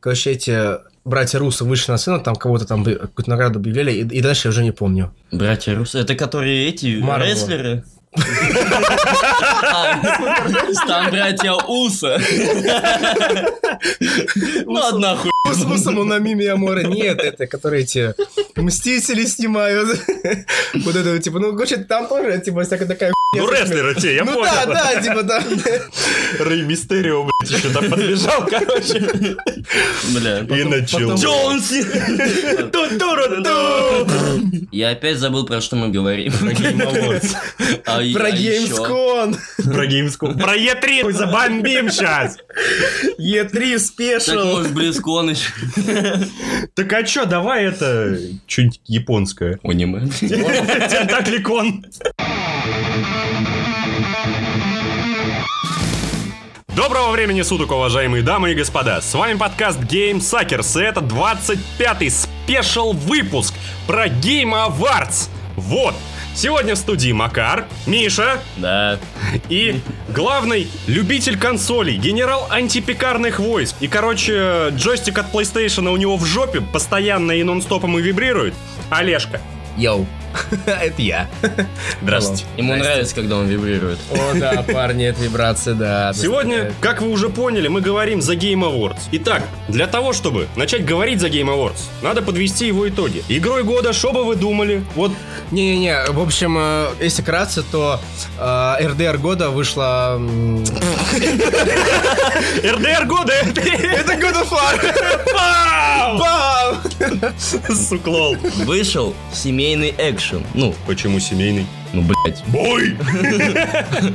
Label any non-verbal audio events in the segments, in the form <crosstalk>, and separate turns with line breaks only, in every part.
короче, эти братья Русы вышли на сцену, там кого-то там бы- какую-то награду объявляли, и, и дальше я уже не помню.
Братья Русы, это которые эти
Марвел.
рестлеры? Там братья Уса. Ну, одна хуй.
С Русом на Мими Амора. Нет, это которые эти Мстители снимают. Вот это вот, типа, ну, короче, там тоже, типа, всякая такая
Ну, рестлеры те, я
Ну
понял.
да, да, типа, да.
Рэй Мистерио, блядь, еще там подбежал, короче.
Бля.
И начал.
потом-
Джонс! Я опять забыл, про что мы говорим. А Про
Про Gamescon,
Про геймскую. Про Е3 хуй, забомбим сейчас.
E3
Так,
Special.
может, Близкон еще.
Так а чё, давай это... Что-нибудь японское.
Аниме.
Тентакликон. Доброго времени суток, уважаемые дамы и господа! С вами подкаст Game Suckers, и это 25-й спешл выпуск про Game Awards. Вот! Сегодня в студии Макар, Миша
Да.
и главный любитель консолей, генерал антипекарных войск. И, короче, джойстик от PlayStation у него в жопе постоянно и нон-стопом и вибрирует. Олежка.
Йоу, <laughs> это я. Здравствуйте.
Ему нравится, когда он вибрирует.
О, да, парни, это вибрация, да.
Сегодня, как вы уже поняли, мы говорим за Game Awards. Итак, для того, чтобы начать говорить за Game Awards, надо подвести его итоги. Игрой года, что бы вы думали? Вот
Не-не-не, в общем, э, если кратце, то э, RDR года вышла... м,
РДР
<laughs>
года!
Это God of War!
Пау!
Бам!
Суклол.
Вышел семейный экшен. Ну,
Почему семейный?
ну, блять.
Бой!
<laughs>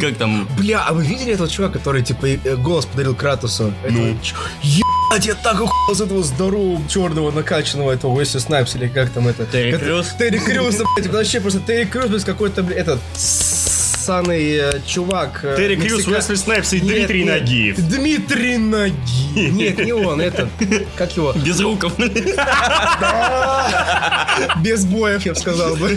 Как там?
Бля, а вы видели этого чувака, который, типа, и- э, голос подарил Кратусу?
Ну.
Это ч- Ебать, я так охуел с этого здорового черного накачанного этого Уэсли Снайпс или как там это?
Терри
Это-
Крюс?
Терри Крюс, блядь, вообще просто Терри Крюс, блядь, какой-то, блядь, этот ссаный э, чувак. э,
Терри Крюс,
мексика-
Уэсли Снайпс и
Нет,
Дмитрий
нет.
Нагиев.
Дмитрий Нагиев. Нет, не он, это, как его?
Без руков.
Без боев, я бы сказал бы.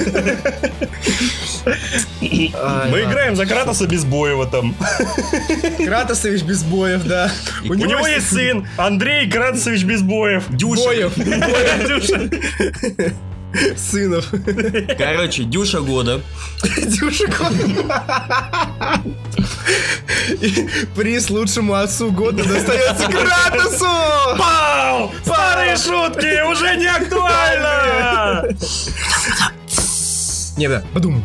Ай,
Мы
ладно.
играем за Кратоса Безбоева там.
Кратосович без боев, да.
У него есть сын Андрей Кратосович Безбоев.
Боев,
Дюша.
сынов.
Короче, Дюша года.
Дюша Кон- И Приз лучшему отцу года достается Кратосу!
Пау! Старые шутки уже <laughs> не актуально!
Не, да, подумай.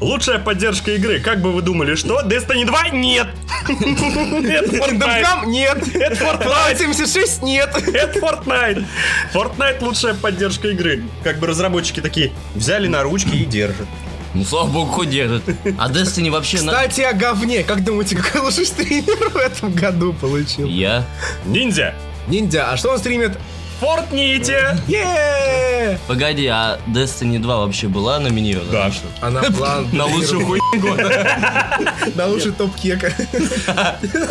Лучшая поддержка игры, как бы вы думали, что? Destiny 2? <laughs> Нет! Это Fortnite!
Думкам? Нет.
Это Fortnite!
76? Нет.
Это Fortnite! Fortnite лучшая поддержка игры. Как бы разработчики такие взяли на ручки и держат.
Ну, слава богу, хоть держит. А Destiny вообще на...
Кстати, о говне. Как думаете, какой лучший стример в этом году получил?
Я.
Ниндзя!
Ниндзя, а что он стримит?
<laughs> Фортните!
Еее!
Погоди, а Destiny 2 вообще была номинирована?
Да.
Она А план
На лучшую хуй.
на лучший топ-кека.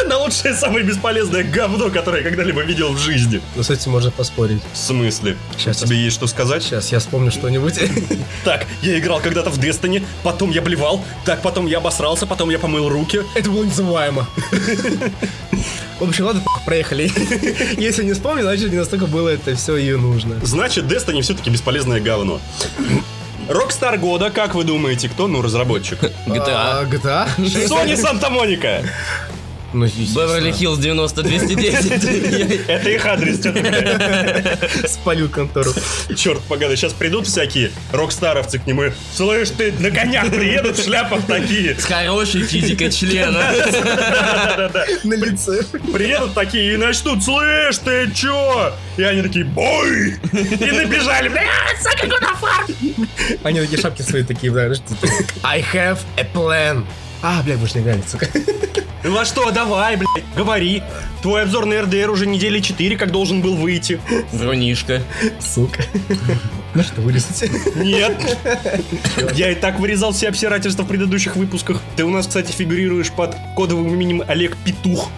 На лучшее самое бесполезное говно, которое я когда-либо видел в жизни.
Ну, с этим можно поспорить.
В смысле?
Сейчас.
Тебе есть что сказать?
Сейчас я вспомню что-нибудь.
Так, я играл когда-то в Destiny, потом я блевал, так потом я обосрался, потом я помыл руки.
Это было незабываемо. В общем, ладно, пох, проехали. Если не вспомню, значит, не настолько было это все и нужно.
Значит, Destiny все-таки бесполезное говно. Рокстар года, как вы думаете, кто? Ну, разработчик.
А,
GTA.
GTA?
Sony Санта Моника.
Ну,
Беверли Хиллз <laughs> 90-210.
Это их адрес.
Спалил контору.
Черт, погоди, сейчас придут всякие рокстаровцы к нему. и, Слышь, ты на конях приедут в шляпах такие.
С хорошей физикой члена.
На лице.
Приедут такие и начнут, слышь, ты чё? И они такие, бой! И набежали, «А, бля, сука, гудафар!
Они такие шапки свои такие, да. знаешь, типа, I have a plan. А, бля, больше не играли, сука.
Ну а что, давай, блядь, говори. Твой обзор на РДР уже недели 4, как должен был выйти.
Врунишка.
Сука. Ну что, вырезать?
Нет. Я и так вырезал все обсирательства в предыдущих выпусках. Ты у нас, кстати, фигурируешь под кодовым именем Олег Петух.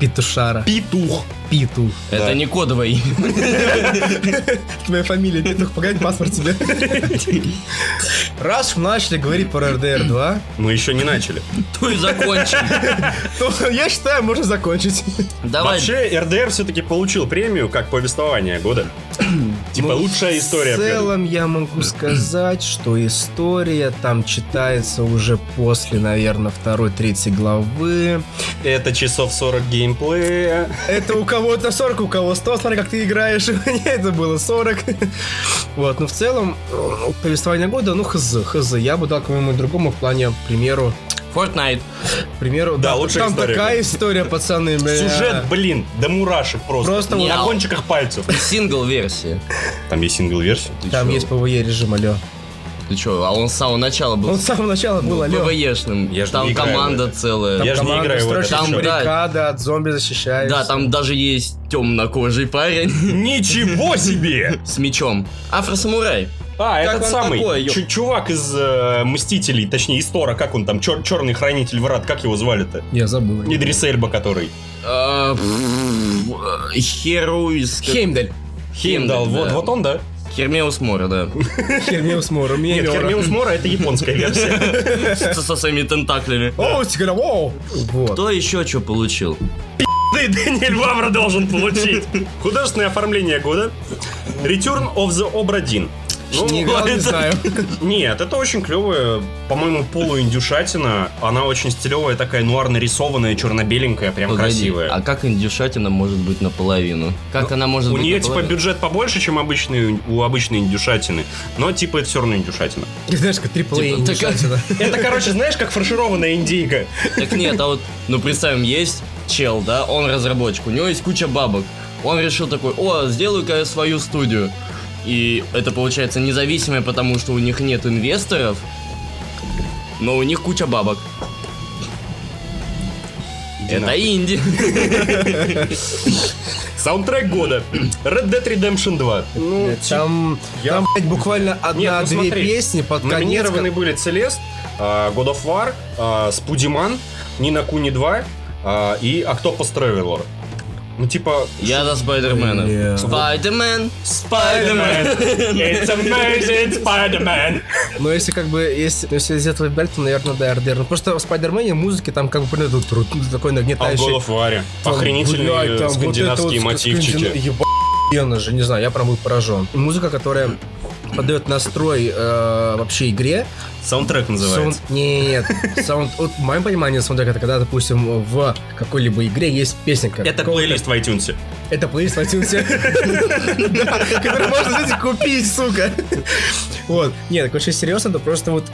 Петушара.
Петух.
Питу.
Это
Да.
не <laughs> кодовое имя.
Твоя фамилия Петух, погоди, паспорт тебе. Раз мы начали говорить про РДР 2,
Мы еще не начали.
То и закончим.
то я считаю, можно закончить.
Давай.
Вообще, РДР все-таки получил премию как
<clears throat>
повествование года.
Ну,
Типа лучшая история.
В целом я могу сказать, что история там читается уже после, наверное, второй, третьей главы.
блин. Это часов 40 геймплея.
Это у кого-то 40, у кого 100, смотри, как ты играешь. <laughs> У меня это было 40. Вот, но в целом, э, повествование года, ну, хз, хз. Я бы дал кому-нибудь другому в плане, к примеру,
Fortnite.
к примеру,
Да, лучшая
там
история.
такая история, пацаны. бля.
Сюжет, блин, до мурашек просто.
Просто
вот-
на кончиках пальцев.
Сингл-версия.
Там есть сингл-версия.
Ты
Там
чё?
есть ПВЕ режим, алё.
Ты чё, а он с самого начала был
Он с самого начала
Ну,
был, алё.
ПВЕшным.
Я ж
Там
не играю в
команда
это.
целая.
Я ж не
Команда
играю в это,
строишь
ты чё?
баррикады, от зомби защищаешься.
Да, там даже есть темнокожий парень
Ничего себе!
с мечом. Афросамурай.
А,
Как
этот
он
самый
такой, ёп-
чу- чувак из э, Мстителей, точнее, из Тора, как он там, черный хранитель врат, как его звали-то?
Я забыл.
Не Идрис Эльба, который.
А, пф, э, Херуис.
Хеймдаль.
Химдал, вот, вот он, да?
Хермеус Мора,
<laughs>
да.
Хермиус Мора.
Нет, Хермиус Мора это японская <laughs> версия.
Со со своими тентаклями.
О, сигарет, о! Вот.
Кто еще что получил?
Да и Даниэль Вавра должен получить. Художественное оформление года. Return of the Obra Dinn. Ну,
Не играл, не
это-
знаю.
Нет, это очень клевая, по-моему, полуиндюшатина. Она очень стилевая, такая нуарно рисованная, черно-беленькая, прям
Погоди,
красивая.
А как индюшатина может быть наполовину? Как она может
У
быть
нее типа
наполовину?
бюджет побольше, чем обычный, у обычной индюшатины, но типа это все равно индюшатина.
Знаешь, как трипл
Типа,
не
так-
шатина.
Это, короче, знаешь, как фаршированная индейка.
Так нет, а вот, ну представим, есть чел, да, он разработчик, у него есть куча бабок. Он решил такой, о, сделаю-ка я свою студию. И это получается независимое, потому что у них нет инвесторов, но у них куча бабок. Это инди.
Саундтрек года. Red Dead Redemption 2.
Нет, Там,
Я-
там, блядь, типа, буквально
Нет, ну
одна-две
смотри,
песни под конец.
Номинированы
как-
были Целест, а, God of War, а, Спудиман, Нина Куни 2 а, и Octopus Traveler. Ну, типа...
Я за Спайдермена.
Бля.
Спайдермен,
<laughs>
Спайдермен.
It's amazing, Spider-Man.
Но если как бы, если, ну, если из этого брать, то, наверное, да, РДР. Ну просто в Спайдермене музыки там как бы понятно, тут такой
А в God
нагнетающий.
of War
Там, блядь,
охренительные
там
э,
вот это вот
скандинавские
ск- скандина-
мотивчики.
Ебано же, не знаю, я прям был поражен. Музыка, которая подает настрой э, вообще игре,
Саундтрек
Саунд... Нет, саунд... Вот в моем понимании саундтрек это когда, допустим, в какой-либо игре есть песенка.
Это
какого-то-
плейлист в iTunes.
Это плейлист в iTunes. <laughs> Да, Который можно, знаете, купить, сука. Вот. Нет, так очень серьезно, это просто вот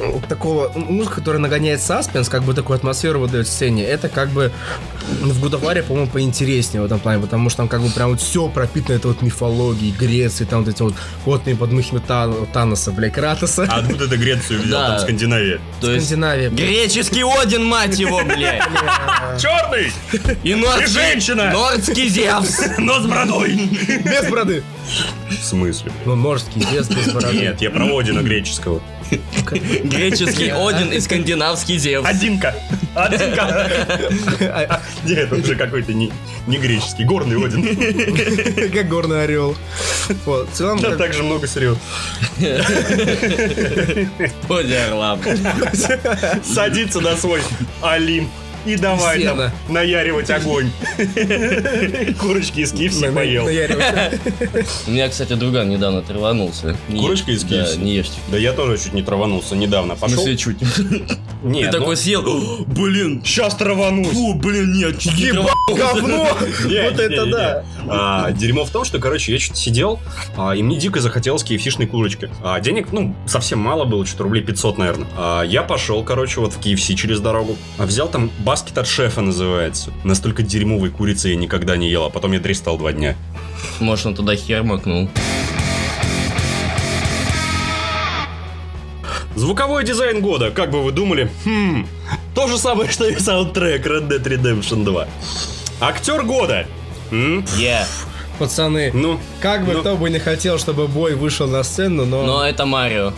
м, такого м, музыка, которая нагоняет саспенс, как бы такую атмосферу выдает сцене, это как бы м, в Гудаваре, по-моему, поинтереснее в этом плане, потому что там как бы прям вот все пропитано это вот мифологией, Греции, там вот эти вот потные подмыхи Тан- Таноса, бля, Кратоса.
А откуда ты Грецию взял?
Да.
Там Скандинавия.
То есть
Скандинавия.
греческий Один, мать его, блядь.
Черный!
И нордский-
женщина!
Нордский Зевс.
Но с бородой!
Без бороды.
В смысле?
Ну, норский без
<laughs>
без бороды.
Нет, я про Одина греческого.
Греческий Один и скандинавский Зевс.
Одинка! Одинка!
А-
Нет, он же какой-то не, не греческий, горный Один.
а, Как горный орел. Вот, в целом,
Там
как-
также много серьез.
Поди, Орлам.
Садится на свой Олимп и давай там
Сено.
наяривать огонь. Курочки из Кивси
на- на-
поел. <laughs>
наяривать.
У меня, кстати, друган недавно оторванулся. Не
Курочка
ешьте.
из KFC?
Да, не ешьте.
Да я тоже чуть не траванулся недавно.
В
Пошел?
смысле, чуть. Ты
Нет, ну,
такой съел. «О, Блин,
сейчас траванусь.
фу, блин, нет, чуть не
Ебать, говно!
Не,
Вот
не,
это
не,
да.
не. А, дерьмо в том, что, короче, я что-то сидел, а, и мне дико захотелось киевсишной курочки. А, денег, ну, совсем мало было, что-то рублей 500, наверное. А, я пошел, короче, вот в KFC через дорогу. А взял там баскет от шефа называется. Настолько дерьмовой курицы я никогда не ел, а потом я дристал два дня.
трав- Может, он туда хер макнул.
Звуковой дизайн года, как бы вы думали? Хм, то же самое, что и саундтрек Red Dead Redemption 2. Актер года. М?
Я.
Пацаны,
Ну,
как бы
Ну.
кто бы не хотел, чтобы бой вышел на сцену, но...
Но это Марио.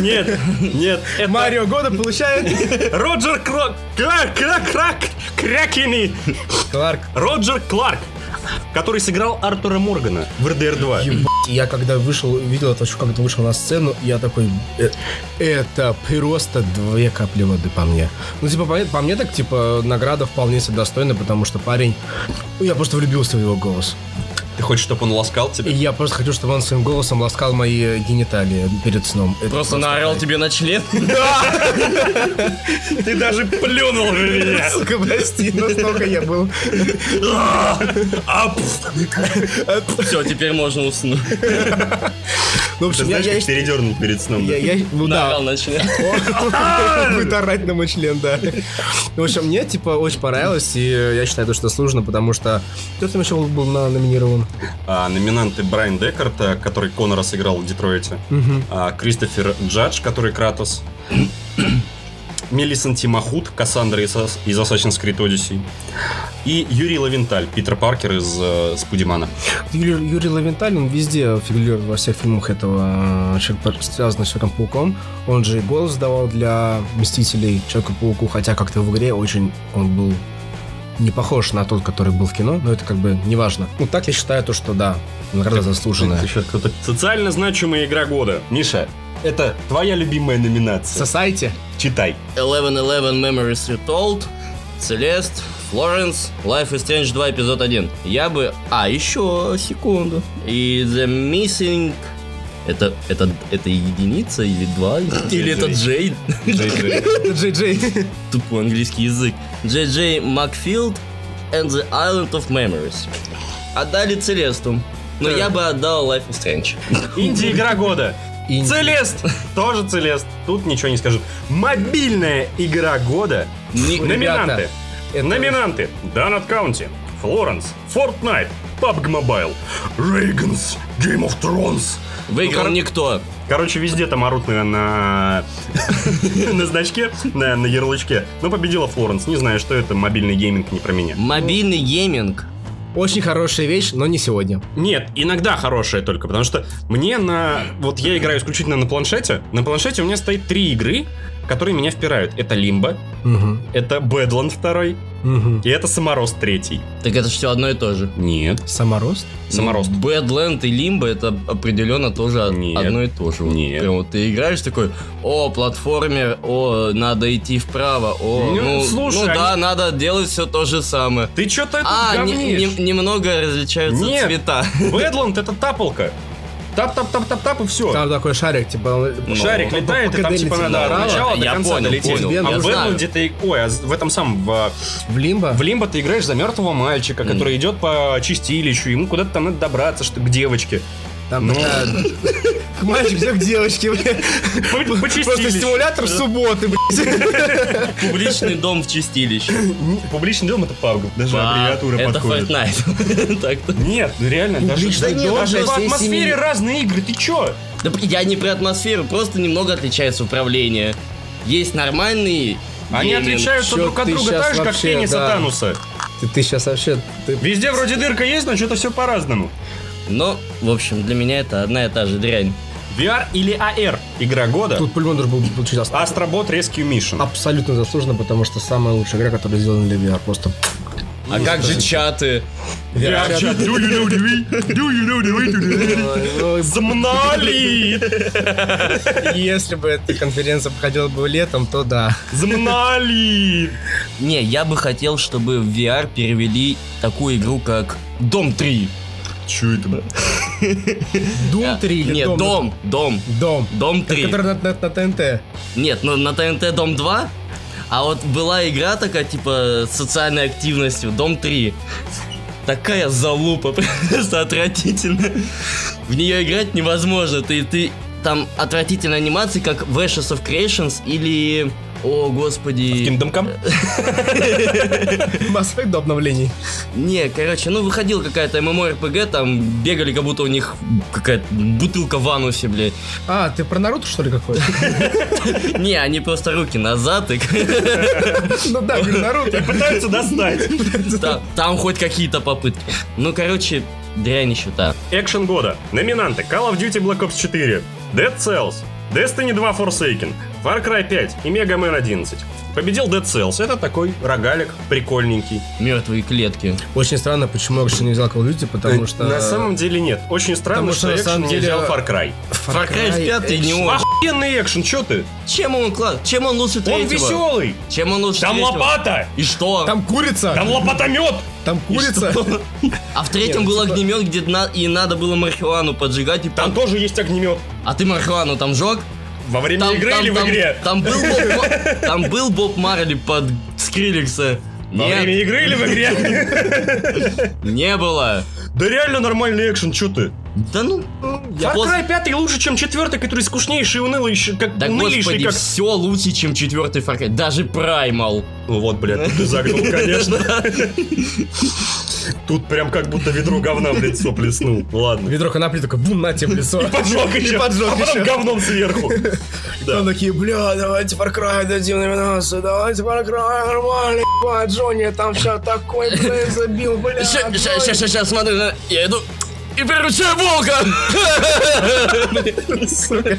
нет, нет, это-
Марио года получает <laughs>
Роджер Крок... Крак, крак, крак, крякини.
Кларк.
Роджер Кларк. который сыграл Артура Моргана в РДР 2.
Ебать, я когда вышел, видел это, еще когда вышел на сцену, я такой, «Э, это просто две капли воды по мне. Ну, типа, по, по мне так, типа, награда вполне себе достойна, потому что парень, ну, я просто влюбился в его голос.
Ты хочешь, чтобы он ласкал
И
тебя?
я просто хочу, чтобы он своим голосом ласкал мои э, гениталии перед сном. Это
Просто наорал
кайф.
тебе на член. <laughs>
Ты даже плюнул на меня.
Сука, прости, настолько я был.
А,
Все, теперь можно уснуть.
Ну, в
Ты
общем, я-
знаешь,
я...
как передернул перед сном. да?
я- я- ну, да.
Наорал на член.
<laughs> Будет орать на мой член, да. В общем, мне, типа, очень понравилось, и я считаю, то, что заслуженно, потому что... Кто там еще был на- номинирован?
А, номинанты Брайан Деккарта, который Конора сыграл в Детройте. А, Кристофер Джадж, который <clears throat> Кратос. Мелисон Тимахут, Кассандра из, Ас- из Assassin's Creed Odyssey. И Юрий Лавенталь, Питер Паркер из э, Спудимана.
Юрий, Юрий Лавенталь, он везде фигурирует во всех фильмах этого человека, связанного с Человеком-пауком. Он же и голос давал для Мстителей Человека-пауку, хотя как-то в игре очень он был не похож на тот, который был в кино, но это как бы неважно. Ну, так я считаю то, что да, награда заслуженная.
Социально значимая игра года. Миша, это твоя любимая номинация.
Сосайте.
Читай.
11-11 Memories Retold, Celeste, Florence, Life is Strange 2, эпизод 1. Я бы... А, еще секунду. И The Missing... Это, это, это единица или два? Или это Джей?
<laughs>
<laughs>
Джей-Джей.
Тупой английский язык. Джей Джей Макфилд and the Island of Memories. Отдали Целесту. Но я бы отдал Life is Strange.
Инди-игра года.
Инди.
Целест! Тоже Целест. Тут ничего не скажут. Мобильная игра года.
Ни-
Номинанты.
Ребята, это-
Номинанты. Donut County. Флоренс. Fortnite. PUBG Mobile. Рейганс. Game of Thrones.
Выиграл
Ну, кор-
никто.
Короче, везде там орут на, на, <laughs> на значке, на, на ярлычке. Но победила Флоренс. Не знаю, что это, мобильный гейминг не про меня.
Мобильный гейминг.
Очень хорошая вещь, но не сегодня.
Нет, иногда хорошая только, потому что мне на... Вот я играю исключительно на планшете. На планшете у меня стоит три игры, которые меня впирают. Это Лимба, это Бэдланд второй, и это Саморост третий.
Так это все одно и то же.
Нет.
Саморост?
Саморост.
Бэдленд Ну, и Лимбо это определенно тоже од-
Нет.
одно и то же. Вот
Нет.
прям вот ты играешь такой, о, платформер, о, надо идти вправо, о,
Ну,
ну,
слушай,
ну да,
они-
надо делать все то же самое.
Ты что-то это
А, не-
говнишь.
не- немного различаются
Нет.
цвета.
Бэдланд это тапалка. Тап-тап-тап-тап-тап и все.
Там такой шарик, типа... он-
Шарик
Ну,
летает, и
пока
там типа
долетит
надо
до
от
Урала.
начала до
Я
конца
понял,
долететь.
понял,
я
А в
знаю.
Бэдланде ты... Ой, а в этом самом... в,
В лимбо?
В Лимбо ты играешь за мертвого мальчика, который идет по чистилищу, ему куда-то там надо добраться, что к девочке.
Там такая... К <laughs> мальчику, все к девочке, бля.
По- по
Просто
чистилищу.
стимулятор субботы, блядь.
Публичный дом в чистилище.
М, Публичный дом это PUBG, даже
Да,
аббревиатура
Это
подходит.
Fortnite. <laughs> Так-то.
Нет, ну реально, даже,
Публичный
да нет,
дом
даже
для
в
всей
атмосфере
семьи.
разные игры, ты чё?
Да я не про атмосферу, просто немного отличается управление. Есть нормальные
Они
гейминг.
отличаются
чё
друг от
ты
друга
щас
так же, как
вообще,
пенис
да.
от ануса.
Ты, сейчас вообще... Ты...
Везде вроде дырка есть, но что-то все по-разному.
Но, в общем, для меня это одна и та же дрянь.
VR или AR? Игра года.
Тут по-любому должен был получить ас-
Астробот Rescue Mission.
Абсолютно заслуженно, потому что самая лучшая игра, которая сделана для VR. Просто...
А как же чаты?
VR чат. Do you know the way? Do you know the way to the way? <laughs> Замнали!
Если бы эта конференция проходила бы летом, то да.
Замнали!
Не, я бы хотел, чтобы в VR перевели такую игру, как Дом 3.
Чё это?
Дум 3 или
Нет, Дом, Дом,
Дом.
Дом 3.
Который на, на- на
<laughs>
ТНТ.
Нет, ну на ТНТ Дом 2. А вот была игра такая, типа, с социальной активностью, Дом 3. Такая залупа, <laughs> просто отвратительно. В нее играть невозможно. Ты, ты там отвратительные анимации, как в Ashes of Creations или... О, господи...
Kingdom Come?
Mass Effect до обновлений.
Не, короче, ну выходил какая-то ММО-РПГ, там бегали, как будто у них какая-то бутылка в анусе, блядь.
А, ты про Наруто, что ли, какой? <laughs>
Не, они просто руки назад, и <laughs>
Ну да, говорю, Наруто.
Пытаются достать.
та- там хоть какие-то попытки. Ну, короче, дрянь еще та.
Экшен года. Номинанты Call of Duty Black Ops 4, Dead Cells, Destiny 2 Forsaken, Far Cry 5 и Mega Man 11. Победил Dead Cells. Это такой рогалик прикольненький.
Мертвые клетки.
Очень странно, почему Акшин не взял Call of Duty, потому что...
Э, На самом деле нет. Очень
Потому
странно,
что
что,
на
экшен
самом
не
деле-
взял Far Cry.
Far Cry пятый не он.
Охуенный экшен, чё ты?
Чем он класс? Чем он лучше третьего?
Он веселый.
Чем он лучше
Там
третьего?
лопата!
И что?
Там курица!
Там
Там,
лопатомет!
курица!
А в третьем
Нет,
был
типа-
огнемет, где на- и надо было марихуану поджигать и
Там
пом-
тоже есть огнемет.
А ты марихуану там жег?
Во время
Там,
игры
там-
или в
там-
игре?
Там был Боб,
<laughs>
Ма- там был Боб Марли под Скриликса.
Во
Нет,
время игры или в
<laughs>
игре?
не было.
Да реально нормальный экшен, чё ты?
Да ну, я
Far
пос-
Cry 5 лучше, чем четвертый, который скучнейший и унылый, еще как
Да
унылейший,
господи,
как...
все лучше, чем четвертый Far Cry. Даже Primal.
Ну вот, блядь, ты <laughs> загнул, конечно. Тут прям как будто ведро говна в лицо плеснул. Ладно.
Ведро конопли такое, бум, на тебе в лицо.
Поджог еще,
поджег
а потом
еще.
говном сверху. Да.
Там такие, бля, давайте Far Cry дадим номинацию, давайте Far Cry, нормально, ебать, Джонни, там все такой, бля, забил, бля. Джонни».
Сейчас, сейчас, сейчас, смотри, на- я иду и приручаю волка.
Сука.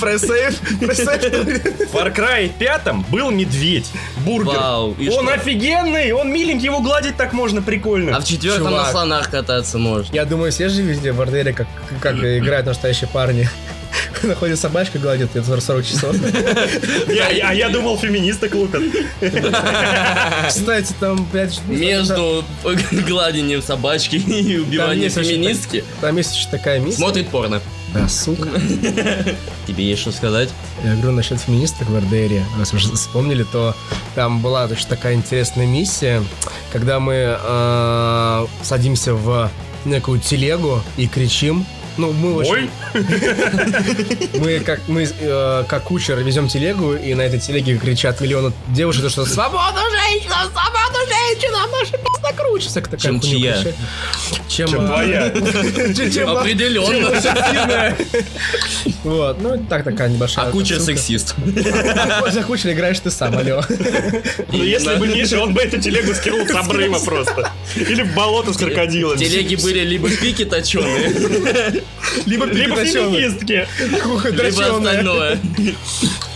Пресейв, пресейв.
В Far Cry 5 был медведь, бургер.
Вау, и
он
что?
офигенный, он миленький, его гладить так можно, прикольно.
А в четвертом
Чувак.
на слонах кататься можешь.
Я думаю, все же везде в борделе, как, как играют настоящие парни. Находит собачка, гладит, это 40 <laughs> часов.
Я- я- а я думал, феминисток лупят.
Кстати, там, блядь,
Между <laughs> гладением собачки <laughs> и убиванием
есть вообще
феминистки
Там есть еще такая миссия.
смотрит порно.
Да, сука.
Тебе есть что сказать?
Я говорю насчет феминисток в РДРе. Раз уж вспомнили, то там была точно такая интересная миссия, когда мы э, садимся в некую телегу и кричим. Ну, мы
Ой,
очень- мы как мы э, как кучер везем телегу, и на этой телеге кричат миллионы девушек, то, что свобода женщина, свобода женщина, наша пизда круче. Всякая такая
Чем
хуйня
чья?
кричит. Чем,
чем
э,
твоя.
<laughs> чем- чем-
Определенно.
Вот, ну так такая небольшая.
А кучер
отсылка.
сексист.
А За кучер играешь ты сам, алло.
Ну, если
Именно.
бы Миша, он бы эту телегу скинул с обрыва просто. Или в болото с крокодилами.
Телеги были либо пики
<laughs>
точеные,
Либо
Либо
перетащенная.
феминистки.
Кухо-
либо
дрочёная.
остальное.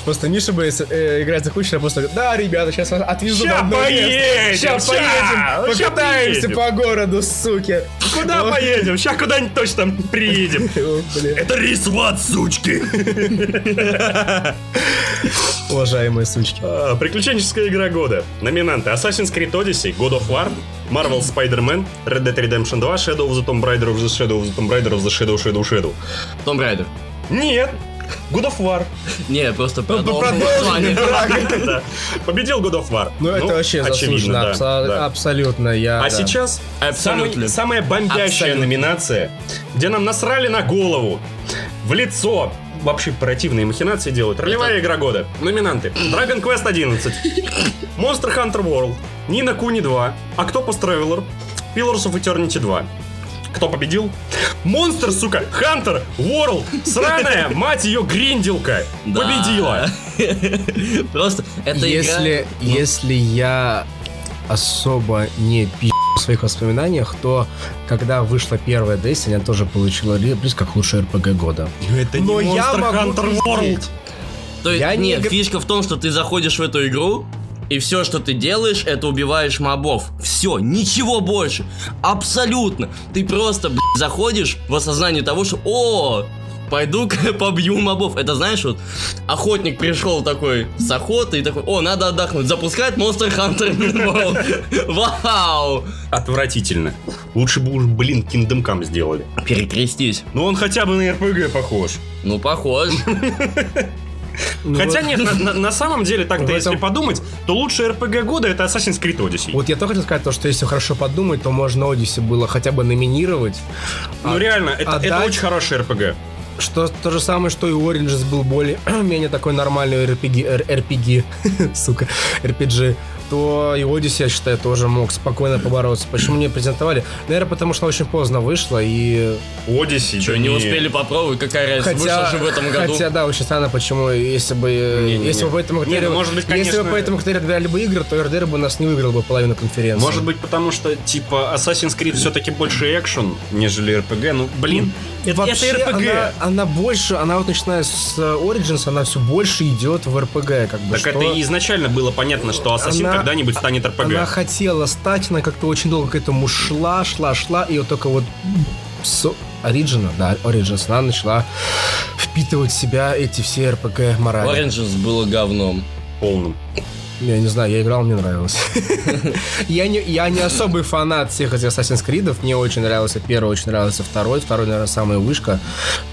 Просто Миша бы э, играет за кучера, просто говорит, да, ребята, сейчас вас отвезу
Ща поедем,
Сейчас
ща,
поедем,
ща
покатаемся
поедем».
по городу, суки.
Куда поедем? Сейчас куда-нибудь точно приедем.
О, блин.
Это рисват, сучки!
Уважаемые сучки.
А, Приключенческая игра года. Номинанты Assassin's Creed Odyssey, God of War, Marvel Spider-Man, Red Dead Redemption 2, Shadow of the Tomb Raider of the Shadow of the Tomb Raider of the Shadow Shadow Shadow.
Том Райдер.
Нет! God of War.
Не,
Ну,
просто продолжим
Ну, Продолжим.
название.
Да. Победил God of War.
Ну, это вообще
очевидно,
заслуженно,
да,
абсо-
да.
абсолютно. Я, да.
А сейчас
Абсолютно.
самый- самая бомбящая
Абсолютно.
номинация, где нам насрали на голову, в лицо, вообще противные махинации делают. Ролевая игра года. Номинанты. Dragon Quest 11, Monster Hunter World, Нина Куни 2, Octopus Traveler, Pillars of Eternity 2. Кто победил? Монстр, сука! Хантер! World! Сраная, мать ее, гринделка!
Да.
Победила!
<laughs> Просто это
если,
игра...
если я особо не пи*** в своих воспоминаниях, то когда вышла первая Destiny, она тоже получила приз как лучший РПГ года.
Это не
Но я
Monster
могу
Hunter World!
пиздеть.
То есть,
Я не
нет,
игр-
фишка в том, что ты заходишь в эту игру, и все, что ты делаешь, это убиваешь мобов. Все, ничего больше. Абсолютно. Ты просто, блядь, заходишь в осознание того, что «О, пойду-ка <laughs> побью мобов». Это знаешь, вот охотник пришел такой с охоты и такой «О, надо отдохнуть». Запускает Monster Hunter <laughs> World. Вау!
Отвратительно. Лучше бы уж, блин, Kingdom Come сделали.
Перекрестись.
Ну он хотя бы на РПГ похож.
<laughs>
Ну, похож.
Ну,
хотя
вот-
нет, на, на- на самом деле, так-то
В
если
этом-
подумать, то лучший РПГ года это Assassin's Creed Odyssey.
Вот я тоже хотел сказать, то, что если хорошо подумать, то можно Одиссе было хотя бы номинировать.
ну
а-
реально, это,
а
это
дать-
очень хороший РПГ.
Что то же самое, что и <clears throat> <laughs> Origins был более-менее такой нормальный RPG, р- RPG, сука, RPG. то и Odyssey, я считаю, тоже мог спокойно побороться. Почему не презентовали? Наверное, потому что она очень поздно вышла, и...
Одиссе.
Че,
да
не успели попробовать, какая разница, вышла же в этом году.
хотя, да, очень странно, почему, если бы, э,
Не-не-не.
если бы по этому
Не,
критерию,
ну, может быть,
если бы
конечно-
по этому критерию отбирали бы игры, то RDR бы у нас не выиграл бы половину конференции.
Может быть, потому что, типа, Assassin's Creed все-таки больше экшен, нежели RPG. Ну, блин.
Это вообще Она, она больше, она вот начиная с э, Origins, она все больше идет в RPG, как бы.
Так
Ну, что
это и изначально было понятно, что Ассасин
Она-
когда-нибудь станет RPG.
Она хотела стать, она как-то очень долго к этому шла, шла, шла, и вот только вот с Origin, да, Origins, она начала впитывать в себя эти все RPG морали.
Origins было говном.
Полным.
Я не знаю, я играл, мне
<laughs>
нравилось. я, не, я не особый фанат всех этих Assassin's Creed. Мне очень нравился первый, очень нравился второй. Второй, наверное, самая вышка.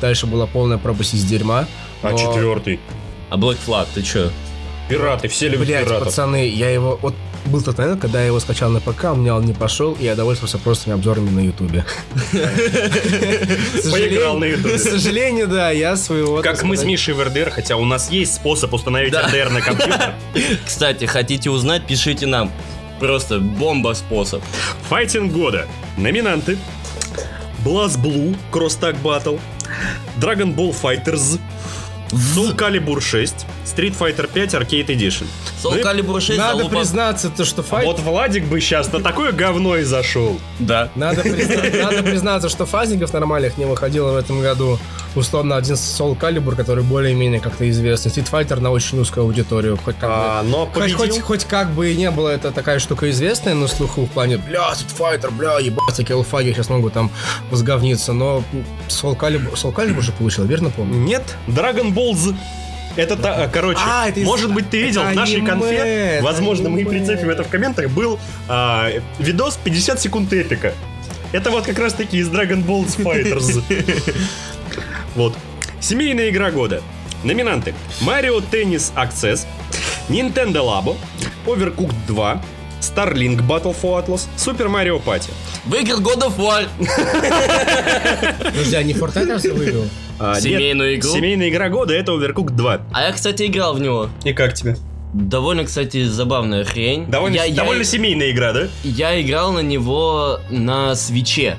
Дальше была полная пропасть из дерьма.
А
Но,
четвертый.
А Black Flag, ты че?
Пираты, все любят
Блядь,
пиратов.
пацаны, я его... Вот был тот момент, когда я его скачал на ПК, у меня он не пошел, и я довольствовался простыми обзорами на Ютубе. К сожалению-
Поиграл на Ютубе.
К сожалению, да, я своего...
Как
так
мы с
сказать,
Мишей в РДР, хотя у нас есть способ установить
Да.
РДР на компьютер.
Кстати, хотите узнать, пишите нам. Просто бомба способ.
Файтинг года. Номинанты. Blast Blue, Cross Tag Battle, Dragon Ball Fighters, Soul Calibur 6, Street Fighter 5 Arcade Edition. Ну
Soul
и
Calibur 6
Надо
залупа.
признаться, то, что файт...
Вот Владик бы сейчас на такое говно и зашел.
Да.
Надо, призна- надо признаться, что фазников нормальных не выходило в этом году. Условно, один Soul Calibur, который более-менее как-то известный. Street Fighter на очень узкую аудиторию. Хоть как бы-
но
Хоть, хоть, хоть как бы и не было это такая штука известная на слуху в плане «Бля, Street Fighter, бля, ебаться, киллфаги, сейчас могут там возговниться», но Soul Calibur, Soul Calibur же получил, верно помню?
Нет, Dragon Ball Z. Это, та- а, короче,
А, это из-
может быть, ты видел в
это
нашей
аниме,
конфе,
это
возможно, мы и
аниме.
прицепим это в комментах, был а, видос 50 секунд эпика. Это вот как раз-таки из Dragon Ball
<laughs>
Z Fighters. Вот. Семейная игра года. Номинанты. Mario Tennis Access, Nintendo Labo, Overcooked 2, Starlink Battle for Atlas, Super Mario Party.
Выиграл God of War.
Подожди, а не Fortnite разве
<laughs>
вывел?
А, нет,
Семейную игру?
Семейная игра года это Overcooked 2.
А я, кстати, играл в него.
И как тебе?
Довольно, кстати, забавная хрень.
Довольно,
я, я-
довольно семейная игра, да?
я играл на него на свече.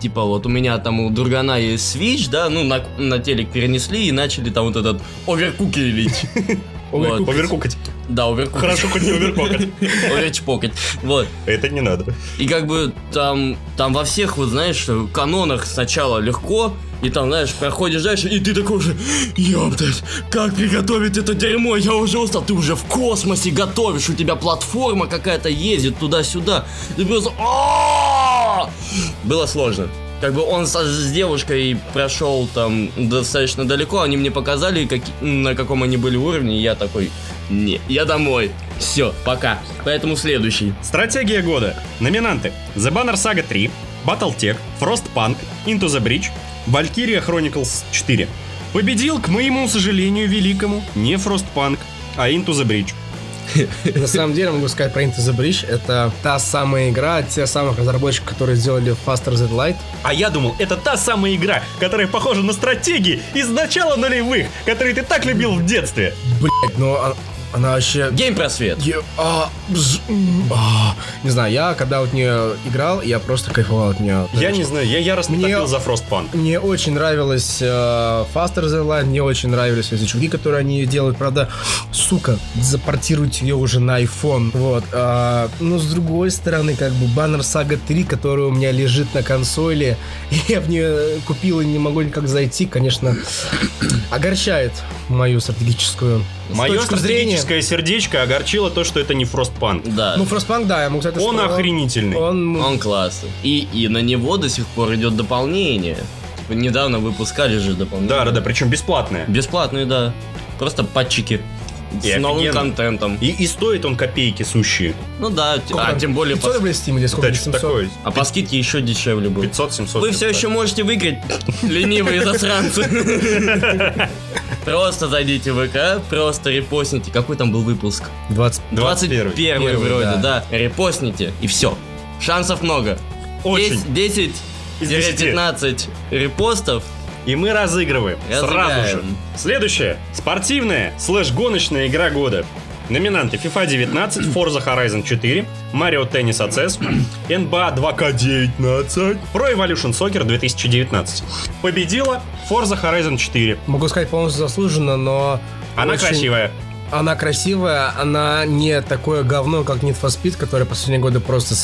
Типа вот у меня там у Другана есть свич, да, ну на, на телек перенесли и начали там вот этот оверкуки лить.
<laughs>
Вот.
Оверкукать.
Да, оверкуки.
Хорошо, хоть
<laughs>
не оверкокать.
Оверчпокать. Вот.
Это не надо.
И как бы там, там во всех, вот знаешь, канонах сначала легко, и там, знаешь, проходишь дальше, и ты такой же, ёптать, как приготовить это дерьмо, я уже устал, ты уже в космосе готовишь, у тебя платформа какая-то ездит туда-сюда, ты просто... «А-а-а!» Было сложно. Как бы он со- с девушкой прошел там достаточно далеко, они мне показали, как- на каком они были уровне, и я такой, не, я домой, все, пока. Поэтому следующий.
Стратегия года. Номинанты. The Banner Saga 3, Battletech, Frostpunk, Into the Bridge, Valkyria Chronicles 4. Победил, к моему сожалению великому, не Frostpunk, а Into the Bridge.
На самом деле, могу сказать про Into the Bridge. Это та самая игра от тех самых разработчиков, которые сделали Faster Than Light.
А я думал, это та самая игра, которая похожа на стратегии из начала нулевых, которые ты так любил в детстве.
Блять, ну а- она вообще...
Геймпросвет.
Е- а, бз- м, а. Не знаю, я когда от нее играл, я просто кайфовал от нее.
Я не знаю, я яростно
Мне-
топил за Frostpunk.
Мне очень нравилось э, Faster Than Light, мне очень нравились эти чуваки, которые они делают. Правда, сука, запортируйте ее уже на iPhone. Вот. а, но с другой стороны, как бы баннер Saga 3, который у меня лежит на консоли, <laughs> я в нее купил и не могу никак зайти, конечно, огорчает мою стратегическую с
Мое
точку зрения.
стратегическое сердечко огорчило то, что это не Frostpunk.
Да.
Ну, Frostpunk, да, я могу сказать,
Он А,
что
охренительный.
Он,
Он классный. И, и на него до сих пор идет дополнение. Типа, недавно выпускали же дополнение.
Да, да, да, причем бесплатное.
Бесплатные, да. Просто патчики.
И
с новым
офигенно.
контентом.
И, и стоит он копейки сущие.
Ну да, т-
сколько
а
там,
тем более... по-
500 рублей в Steam или сколько?
Да, что
700?
такое?
А по скидке еще дешевле будет.
500-700.
Вы все еще можете выиграть, <laughs> ленивые засранцы.
<laughs>
Просто зайдите в ВК, просто репостните. Какой там был выпуск?
20.
21.
21
Первый,
вроде, да.
да.
Репостните, и все. Шансов много.
Очень.
10
Из
15 репостов.
И мы разыгрываем. Сразу же.
Разыграем.
Следующая. Спортивная слэш-гоночная игра года. Номинанты FIFA 19, Forza Horizon 4, Mario Tennis ACS,
<clears throat>
NBA 2K19, Pro Evolution Soccer 2019. Победила Forza Horizon 4.
Могу сказать полностью заслуженно, но...
Она
очень-
красивая.
Она красивая, она не такое говно, как Need for Speed, который последние годы просто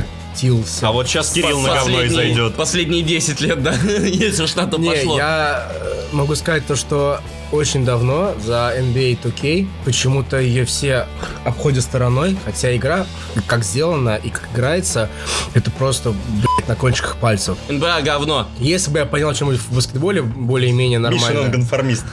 скатился.
А вот сейчас Кирилл на говно и
Последние-
зайдет.
Последние 10 лет, да, <laughs> если что-то
не,
пошло.
я э, могу сказать то, что очень давно за NBA 2K почему-то ее все обходят стороной, хотя игра как сделана и как играется, это просто, блядь, на кончиках пальцев.
НБА А говно.
Если бы я понял что-нибудь в баскетболе более-менее
Мишин он
нормально...
конформист.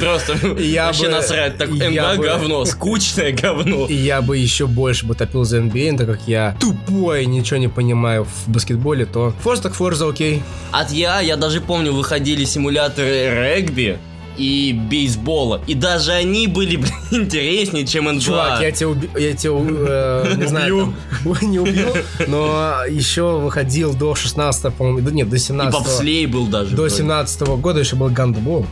Просто
Я
вообще
бы-
насрать. Так,
я
НБА
бы-
говно, скучное говно.
И я бы еще больше бы топил за NBA, но так как я тупой, ничего не понимаю в баскетболе, то Forza так Forza, окей.
От я, я даже помню, выходили симуляторы регби и бейсбола. И даже они были, <laughs> блин, интереснее, чем А. НБА.
Чувак, я тебя уби- я тебя у-
<laughs>
э, не знаю, там, <laughs> не убью, но еще выходил до 16 по-моему, да нет, до
И
17
попслей был даже.
до
вроде.
17 года еще был
<laughs>
гандбол.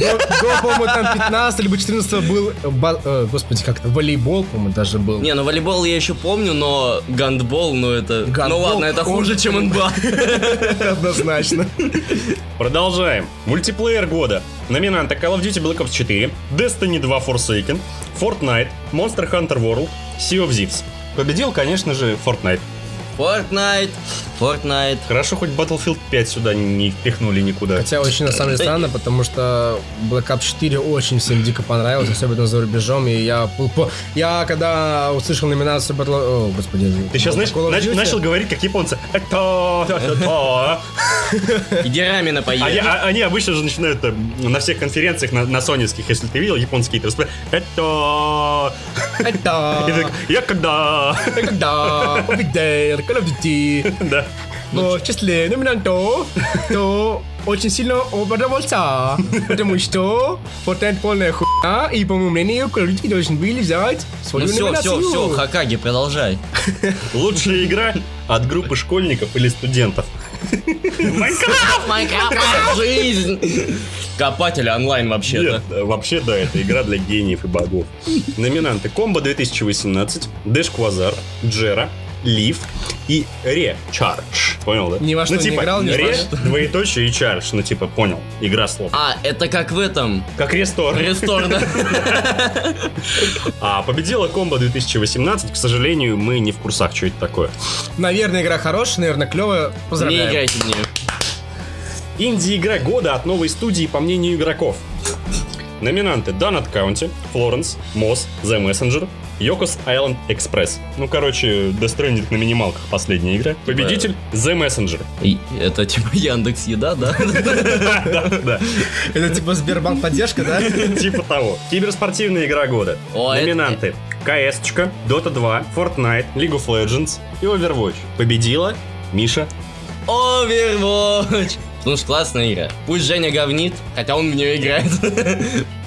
До, до, по-моему, там 15 либо 14 был, э, ба- э, господи, как-то волейбол, по-моему, даже был.
Не, ну волейбол я еще помню, но гандбол, ну это...
Гандбол,
ну ладно, это хуже,
он-
чем А. НБА.
однозначно.
Продолжаем. Мультиплеер года. Номинанты Call of Duty Black Ops 4, Destiny 2 Forsaken, Fortnite, Monster Hunter World, Sea of Thieves. Победил, конечно же, Fortnite.
Fortnite, Fortnite.
Хорошо, хоть Battlefield 5 сюда не впихнули
<laughs>
никуда.
Хотя очень на самом деле странно, потому что Black Ops 4 очень всем дико понравилось, особенно за рубежом. И я был по... Я когда услышал номинацию Battle... О, господи.
Ты сейчас, знаешь,
Call of
нач-
Duty,
начал говорить, как японцы. «Это, это, это».
И Дерамина
А
поели.
я- а- Они обычно же начинают э, на всех конференциях, на, на соневских, если ты видел, японские трансляции. Это... И ты
Это...
так, <laughs> Я когда... <laughs>
Когда Победил Call of Duty,
Да.
но в числе номинантов, то очень сильно обрадовался, потому что Fortnite полная хуйня, и, по моему мнению, Call of Duty должен были взять
Ну
свою
все, все,
номинацию.
все, Хакаги, продолжай.
Лучшая игра от группы школьников или студентов.
Майнкрафт, жизнь. Копатели онлайн вообще-то.
Нет, э, вообще, да, это игра для гениев и богов. Номинанты Комбо 2018, Дэш Квазар, Джера, Лив и Ре Чардж. Понял, да?
Ни во что
ну,
не
типа,
играл, ни
Ре,
во что.
двоеточие и Чардж. Ну, типа, понял. Игра слов.
А, это как в этом,
Как Рестор.
Рестор, да?
А победила Комбо 2018. К сожалению, мы не в курсах, что это такое.
Наверное, игра хорошая, наверное, клевая.
Не
Поздравляю.
играйте в нее.
Инди-игра года от новой студии, по мнению игроков. Номинанты Donut County, Florence, Moss, The Messenger, Yokos Island Express. Ну, короче, Death Stranding на минималках последняя игра. Победитель The Messenger.
И Это типа Яндекс Еда, да?
<laughs> Да,
Это типа Сбербанк поддержка, да?
<laughs> типа того. Киберспортивная игра года.
О, это-
Номинанты CS, Dota 2, Fortnite, League of Legends и Overwatch. Победила Миша.
Overwatch! Потому что классная игра. Пусть Женя говнит, хотя он в нее играет.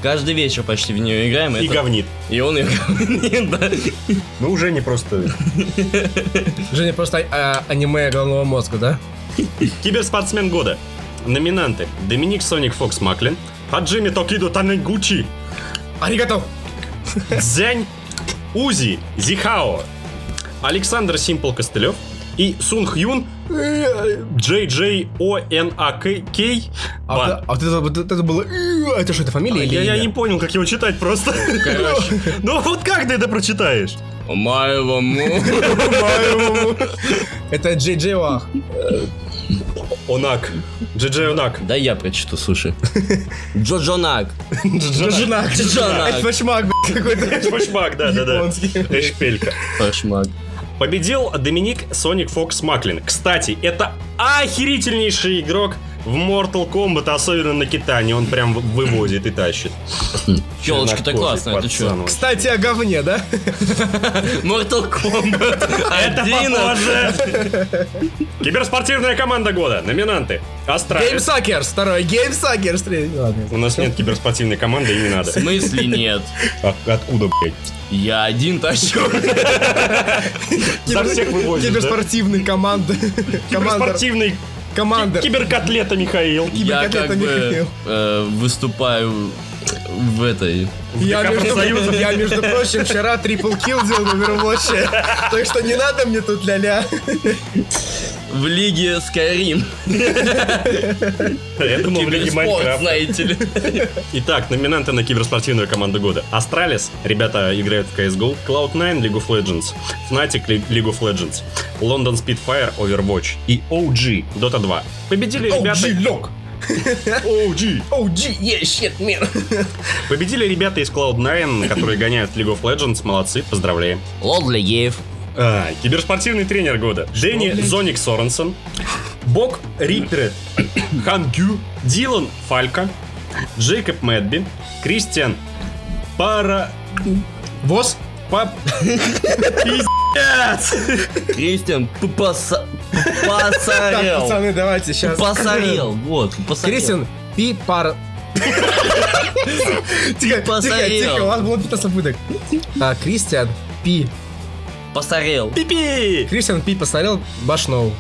Каждый вечер почти в нее играем.
И
это-
говнит.
И он ее говнит, да.
Ну, уже не просто
Женя просто а, аниме головного мозга, да?
Киберспортсмен года. Номинанты. Доминик Соник Фокс Маклин. Хаджими Токидо Танегучи.
Они готов.
Дзянь Узи Зихао. Александр Симпл Костылев. И Сун Хюн Джей Джей О Н А К Кей.
А вот это- а вот это, вот это было... «Э, Это что, это фамилия или
Я, я
имя?
не понял, как его читать просто.
Короче.
<laughs> Ну вот как ты это прочитаешь?
Майло
<laughs>
му.
Это Джей Джей Уах.
Онак. Джей Джей Онак.
Да я прочту, слушай. Джоджонак.
Джунак.
Джунак.
Это фашмак, блядь, какой-то.
Башмак, да, да, да.
Японский.
Эшпелька.
Кошмар.
Победил Доминик Соник Фокс Маклин. Кстати, это охерительнейший игрок в Mortal Kombat, особенно на Китане. Он прям в- вывозит и тащит.
Елочка-то
Чернокожий
классная, ты чё?
пацан.
Кстати, о говне, да?
Mortal Kombat.
<laughs>
а
Это попозже.
<laughs>
Киберспортивная команда года. Номинанты.
Game
Астралис.
Suckers, второй. Game Suckers, третий. Ладно.
У нас нет киберспортивной команды и не
В
надо.
смысле нет?
А- Откуда, блядь?
Я один
<laughs>
тащу.
За всех вывозит, да?
Киберспортивный команда. Командор.
Киберспортивный
Командор.
киберкотлета Михаил.
Я
Киберкотлета
как
не
бы
хотел.
э, выступаю в этой...
Я
ДК
между,
профсоюза.
я, между прочим, вчера трипл килл делал в Overwatch. Так что не надо мне тут ля-ля.
В лиге Skyrim.
Я думал, Ну, в Лиге
Киберспорт,
Майнкрафта.
знаете ли.
Итак, номинанты на киберспортивную команду года. Астралис, ребята играют в CSGO, Cloud9, League of Legends, Fnatic, Ли- League of Legends, London Spitfire, Overwatch и OG, Dota 2. Победили ребята...
лег.
OG!
OG, yeah, shit, man.
Победили ребята из Cloud9, которые гоняют в League of Legends. Молодцы, поздравляем.
Лол Легеев.
А, киберспортивный тренер года. Дэнни
блядь?
Зоник Соренсон, Бог Риппер, Хан Гю, Дилан Фалька, Джейкоб Мэдби, Кристиан Пара...
Вос?
Пап... Пиздец!
Кристиан Пупаса...
Так,
Пасарел.
пацаны, давайте сейчас.
Пасарел, вот. пасарел.
Кристин, пи
<laughs>
пар... Тихо, тихо,
посорел.
тихо, у вас было 15 попыток. А, Кристиан, пи.
Пасарел.
Пипи!
Кристиан, пи посорел башноу.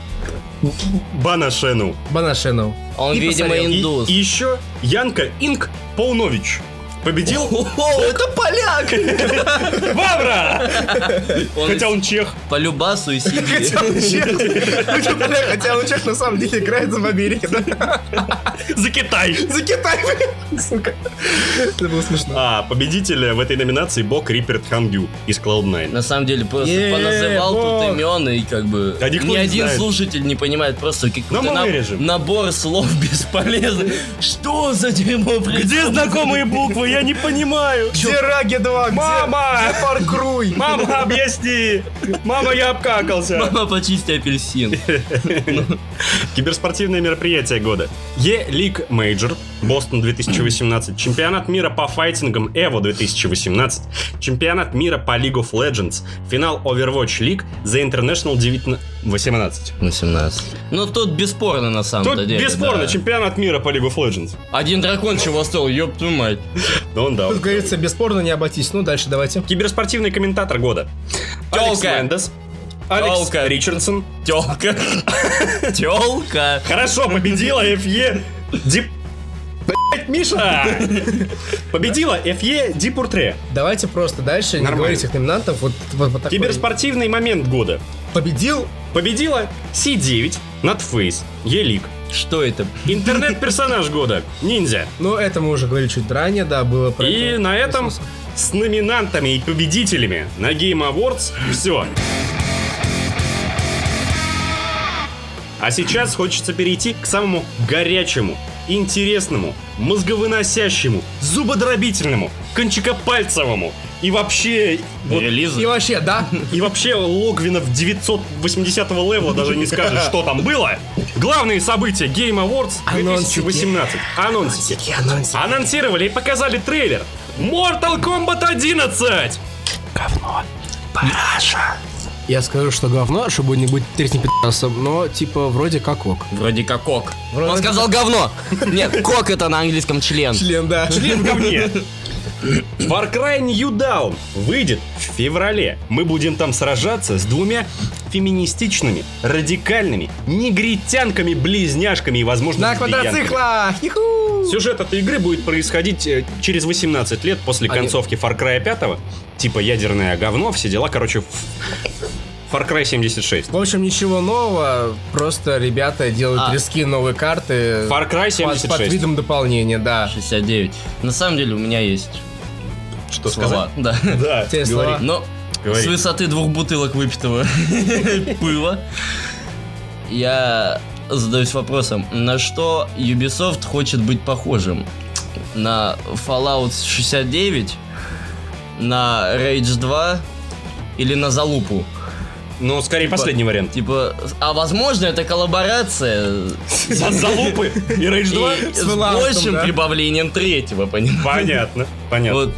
Банашену.
Банашену.
Он,
И
видимо,
посорел.
И,
индус.
и еще Янка Инк Полнович. Победил
О, это поляк!
Вавра!
Он
Хотя он чех.
по любасу и сидит.
Хотя он чех, ну, бля, хотя он чех на самом деле играет в Америке. да?
За Китай!
За Китай, бля, сука. Это было смешно.
А победитель в этой номинации Бог Риперт Хангю из Cloud9.
На самом деле, просто
Е-е-е,
поназывал
бог.
тут имен, и как бы
Да никто
ни
не
один
знает.
слушатель не понимает просто
Но
какой-то
мы
на-
вырежем.
набор слов <laughs> бесполезный. Что за дерьмо <laughs>
Где знакомые буквы? Я не понимаю.
Где Раги 2?
Мама!
Где Паркруй?
Мама, объясни! Мама, я обкакался!
Мама, почисти апельсин.
<laughs> Киберспортивное мероприятие года. Е-Лиг Мейджор, Бостон 2018, Чемпионат мира по файтингам Эво 2018, Чемпионат мира по League of Legends, финал Overwatch League The International 19 18.
18. Ну, тут бесспорно, на самом-то
Тут
деле.
бесспорно
да.
чемпионат мира по League of Legends.
Один дракон чего стоил, ёб твою мать.
Да он да.
Тут говорится, бесспорно не обойтись. Ну, дальше давайте.
Киберспортивный комментатор года. Алекс
Тёлка.
Мендес, Алекс
Тёлка.
Ричардсон,
Тёлка. <laughs> Тёлка.
Хорошо, победила FE Дип... Блять, Миша! Победила FE Дипуртре.
Давайте просто дальше не
Нормально.
говорить их номинантов. Вот, вот, вот такой.
Киберспортивный момент года.
Победил
Победила C9, Натфейс, Елик.
Что это?
Интернет-персонаж года. Ниндзя.
Ну, это мы уже говорили чуть ранее, да, было про
И
это.
на этом
Космос.
с номинантами и победителями на Game Awards все. А сейчас хочется перейти к самому горячему, интересному, мозговыносящему, зубодробительному, кончикопальцевому и вообще... вот-
Релиз?
И вообще, да?
и вообще Логвинов 980 левела даже не скажет, что там было. Главные события Game Awards
Анонсики.
2018. Анонсики.
Такие анонсы.
Анонсировали и показали трейлер Mortal Kombat 11!
Я скажу, что говно, чтобы не быть третьим пи***сом, но типа вроде как ок.
Вроде как кок.
Вроде
Он сказал
<laughs>
говно. Нет, кок это на английском член.
Член, да.
Член ко мне! Far Cry New Dawn выйдет в феврале. Мы будем там сражаться с двумя феминистичными, радикальными, негритянками-близняшками и, возможно,
На
лесбиянками.
квадроциклах! Юху!
Сюжет этой игры будет происходить э, через 18 лет после
А, нет.
концовки Far Cry 5, типа ядерное говно, все дела, короче, ф- Far Cry 76.
В общем, ничего нового, просто ребята делают
А.
риски новые карты.
Far Cry
под, под
76.
видом дополнения, да.
69. На самом деле у меня есть
Что
слова. Да.
<laughs> Да,
Те
говори.
слова.
Но
Говори.
с высоты двух бутылок выпитого <laughs> пыла я задаюсь вопросом, на что Ubisoft хочет быть похожим? На Fallout 69? На Rage 2? Или на Залупу?
Ну, скорее последний вариант.
Типа, а возможно это коллаборация
<laughs> За залупы и Rage 2?
и с
Fallout,
большим
да.
прибавлением третьего, понимаешь?
<laughs> Понятно, понятно.
Вот.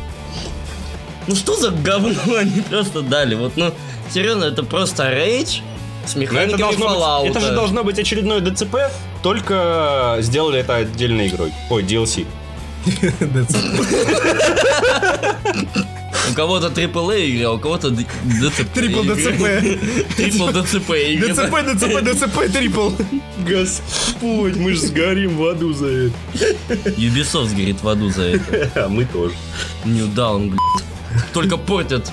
Ну что за говно <laughs> они просто дали? Вот, ну, серьезно, это просто рейдж с
Но это,
механиками
должно
Fallout.
быть, это же должно быть очередное ДЦП, только сделали это отдельной игрой. Ой, DLC.
У кого-то AAA игра, у кого-то д-
<laughs>
ДЦП.
Трипл
игры. <laughs> Трипл ДЦП игры.
ДЦП, ДЦП, ДЦП, трипл.
Господь, мы ж сгорим в аду за это.
Ubisoft сгорит в аду за это.
А <laughs> мы тоже.
New Down, блядь. Только портят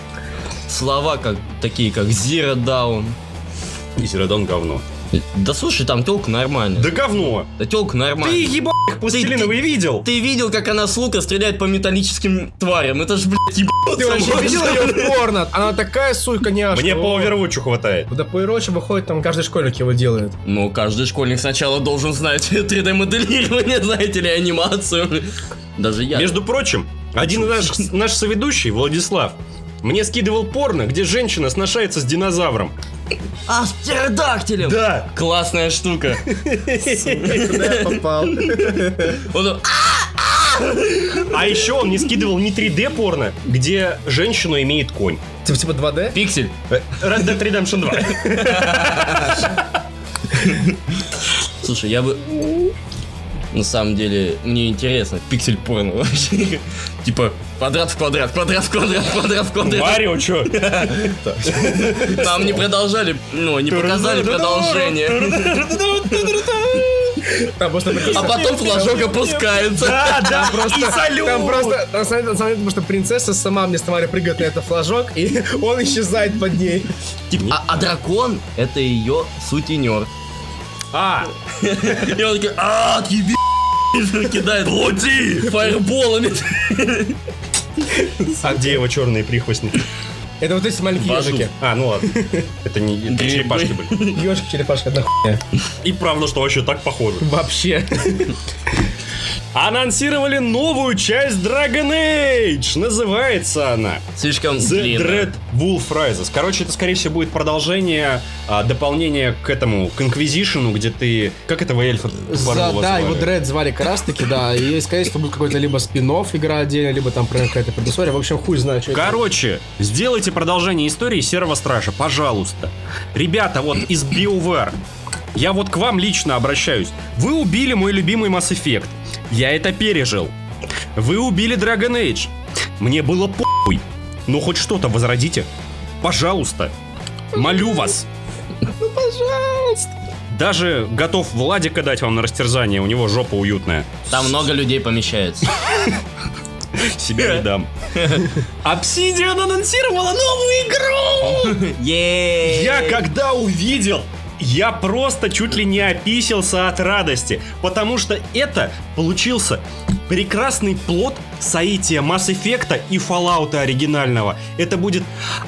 слова, как такие, как Zero Down.
И Зеродон говно.
Да слушай, там телка нормальная.
Да говно!
Да телка нормальная.
Ты ебал их пластилиновый видел?
Ты видел, как она с лука стреляет по металлическим тварям? Это ж, блядь, ебать.
Ты вообще видел ее в порно? Она такая суйка няшка.
Мне по
О.
Overwatch хватает.
Да по Ирочи выходит, там каждый школьник его делает.
Ну, каждый школьник сначала должен знать <laughs> 3D-моделирование, знаете ли, анимацию. Даже я.
Между прочим, один из наших- наш соведущий, Владислав, мне скидывал порно, где женщина сношается с динозавром.
А, с птеродактилем!
Да!
Классная штука.
<laughs>
Куда я попал?
Вот он, «А,
А еще он не скидывал не 3D порно, где женщину имеет конь.
Типа типа 2D?
пиксель.
Э, Red Dead Redemption 2.
Слушай, я бы... На самом деле, мне интересно, пиксель порно вообще. <laughs> Типа, квадрат в квадрат, квадрат в квадрат, квадрат в квадрат.
Марио, <laughs> чё?
Там не продолжали, ну, не показали продолжение.
Там просто
А потом флажок опускается.
Да, да, и салют!
Там просто, на самом деле, на самом деле, потому что принцесса сама мне Тамаре прыгает на этот флажок, и <laughs> он исчезает под ней.
Типа, А, а дракон — это ее сутенер.
А,
И он такой, а, отъеби, <laughs> кидает. Плоти! Фаерболами.
а где его черные прихвостники?
Это вот эти маленькие
Бажу.
ежики.
А, ну ладно. Это не это
Грибы.
черепашки были.
Ежик, черепашка, одна хуйня.
И правда, что вообще так похоже.
Вообще.
Анонсировали новую часть Dragon Age. Называется она
Слишком
The
длинно.
Dread Wolf Rises. Короче, это, скорее всего, будет продолжение, а, дополнение к этому, к Инквизишену, где ты... Как этого эльфа?
За-
Барбула
да,
звали?
его Дред звали как раз таки, да. И, скорее всего, будет какой-то либо спин игра отдельно, либо там прям какая-то предыстория. В общем, хуй знает, что это.
Короче, сделайте продолжение истории Серого Стража, пожалуйста. Ребята, вот из BioWare, я вот к вам лично обращаюсь. Вы убили мой любимый Mass Effect. Я это пережил. Вы убили Dragon Age. Мне было похуй. Ну хоть что-то возродите. Пожалуйста. Молю вас. Даже готов Владика дать вам на растерзание, у него жопа уютная.
Там много людей помещается.
Себя не <laughs> дам. Obsidian анонсировала новую игру!
Еее.
Я когда увидел, я просто чуть ли не описился от радости, потому что это получился прекрасный плод соития Mass Effect и Fallout оригинального. Это будет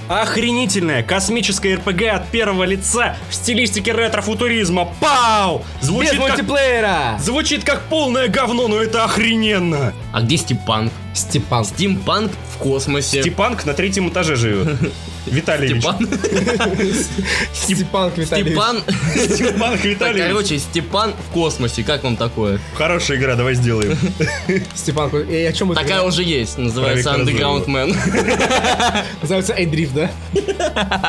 охренительная космическая РПГ от первого лица в стилистике ретро-футуризма. Пау!
Без
Звучит как,
мультиплеера!
звучит как полное говно, но это охрененно.
А где Степанк?
Степан.
Стимпанк в космосе.
Степанк на третьем
<laughs>
этаже живет. Виталий
Степан.
Степан Витальевич.
Степан.
Степанк
Так,
Виталий.
короче, Степан в космосе. Как вам такое?
Хорошая игра, давай сделаем.
Степан. И о чем это?
Такая уже есть. Называется
Проект
Underground Man. <laughs>
Называется Эйдрифт, да?